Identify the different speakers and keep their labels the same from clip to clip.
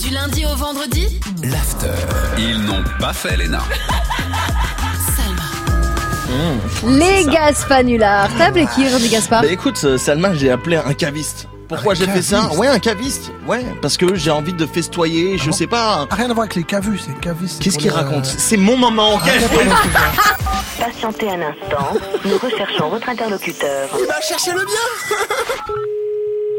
Speaker 1: Du lundi au vendredi,
Speaker 2: l'after.
Speaker 3: Ils n'ont pas fait l'ENA.
Speaker 1: Salma.
Speaker 4: Les Gaspanulars. T'as appelé qui, René Gaspard
Speaker 2: Bah écoute, euh, Salma, j'ai appelé un caviste. Pourquoi
Speaker 5: Un
Speaker 2: j'ai fait ça
Speaker 5: caviste
Speaker 2: Ouais, un caviste. Ouais, parce que j'ai envie de festoyer, je
Speaker 5: bon
Speaker 2: sais pas.
Speaker 5: Ah, Rien à voir avec les cavus, c'est cavus. c'est
Speaker 2: Qu'est-ce
Speaker 5: pour
Speaker 2: qu'il
Speaker 5: les,
Speaker 2: raconte
Speaker 5: euh,
Speaker 2: C'est mon moment, ok
Speaker 5: rien à voir avec les cavus.
Speaker 6: Patientez un instant, nous recherchons votre interlocuteur.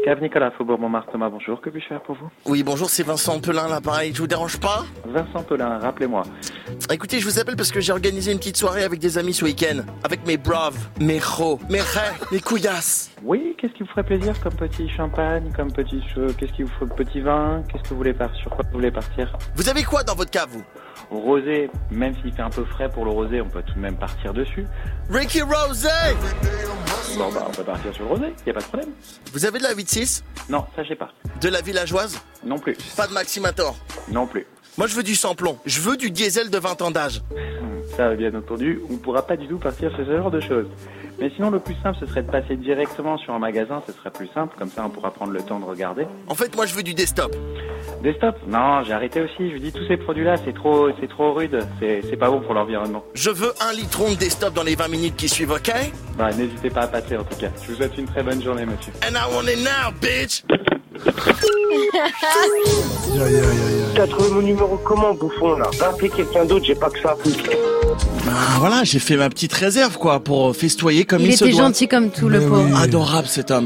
Speaker 7: Cave Nicolas, Faubourg Montmartre, bonjour, que puis-je faire pour vous
Speaker 8: Oui, bonjour, c'est Vincent Pelin, là, pareil, je vous dérange pas
Speaker 7: Vincent Pelin, rappelez-moi.
Speaker 8: Écoutez, je vous appelle parce que j'ai organisé une petite soirée avec des amis ce week-end. Avec mes braves, mes ro, mes raies, mes couillasses.
Speaker 7: Oui, qu'est-ce qui vous ferait plaisir comme petit champagne, comme petit che- qu'est-ce qui vous ferait petit vin, qu'est-ce que vous voulez partir, sur quoi vous voulez partir
Speaker 8: Vous avez quoi dans votre cave, vous
Speaker 7: Rosé, même s'il fait un peu frais pour le rosé, on peut tout de même partir dessus.
Speaker 8: Ricky Rose
Speaker 7: Bon bah, on peut partir sur le rosé, y a pas de problème.
Speaker 8: Vous avez de la 8-6
Speaker 7: Non, ça j'ai pas.
Speaker 8: De la villageoise
Speaker 7: Non plus,
Speaker 8: Pas de Maximator
Speaker 7: non plus.
Speaker 8: Moi, je veux du sans-plomb. Je veux du diesel de 20 ans d'âge.
Speaker 7: Ça, bien entendu, on pourra pas du tout partir sur ce genre de choses. Mais sinon, le plus simple, ce serait de passer directement sur un magasin, ce serait plus simple, comme ça on pourra prendre le temps de regarder.
Speaker 8: En fait, moi, je veux du desktop.
Speaker 7: Desktop Non, j'ai arrêté aussi. Je vous dis, tous ces produits-là, c'est trop, c'est trop rude. C'est c'est pas bon pour l'environnement.
Speaker 8: Je veux un litron de desktop dans les 20 minutes qui suivent, ok And
Speaker 7: Bah, n'hésitez pas à passer en tout cas. Je vous souhaite une très bonne journée, monsieur.
Speaker 8: I want it now, bitch
Speaker 5: Aïe, aïe, aïe, aïe.
Speaker 9: T'as trouvé mon numéro comment, bouffon, là Va appeler quelqu'un d'autre, j'ai pas que ça.
Speaker 2: Ah,
Speaker 8: euh,
Speaker 2: voilà, j'ai fait ma petite réserve, quoi, pour festoyer comme
Speaker 4: Il
Speaker 2: il, se
Speaker 4: était
Speaker 2: doit.
Speaker 4: gentil comme tout, le
Speaker 5: Mais
Speaker 4: pauvre.
Speaker 5: oui.
Speaker 2: Adorable cet homme.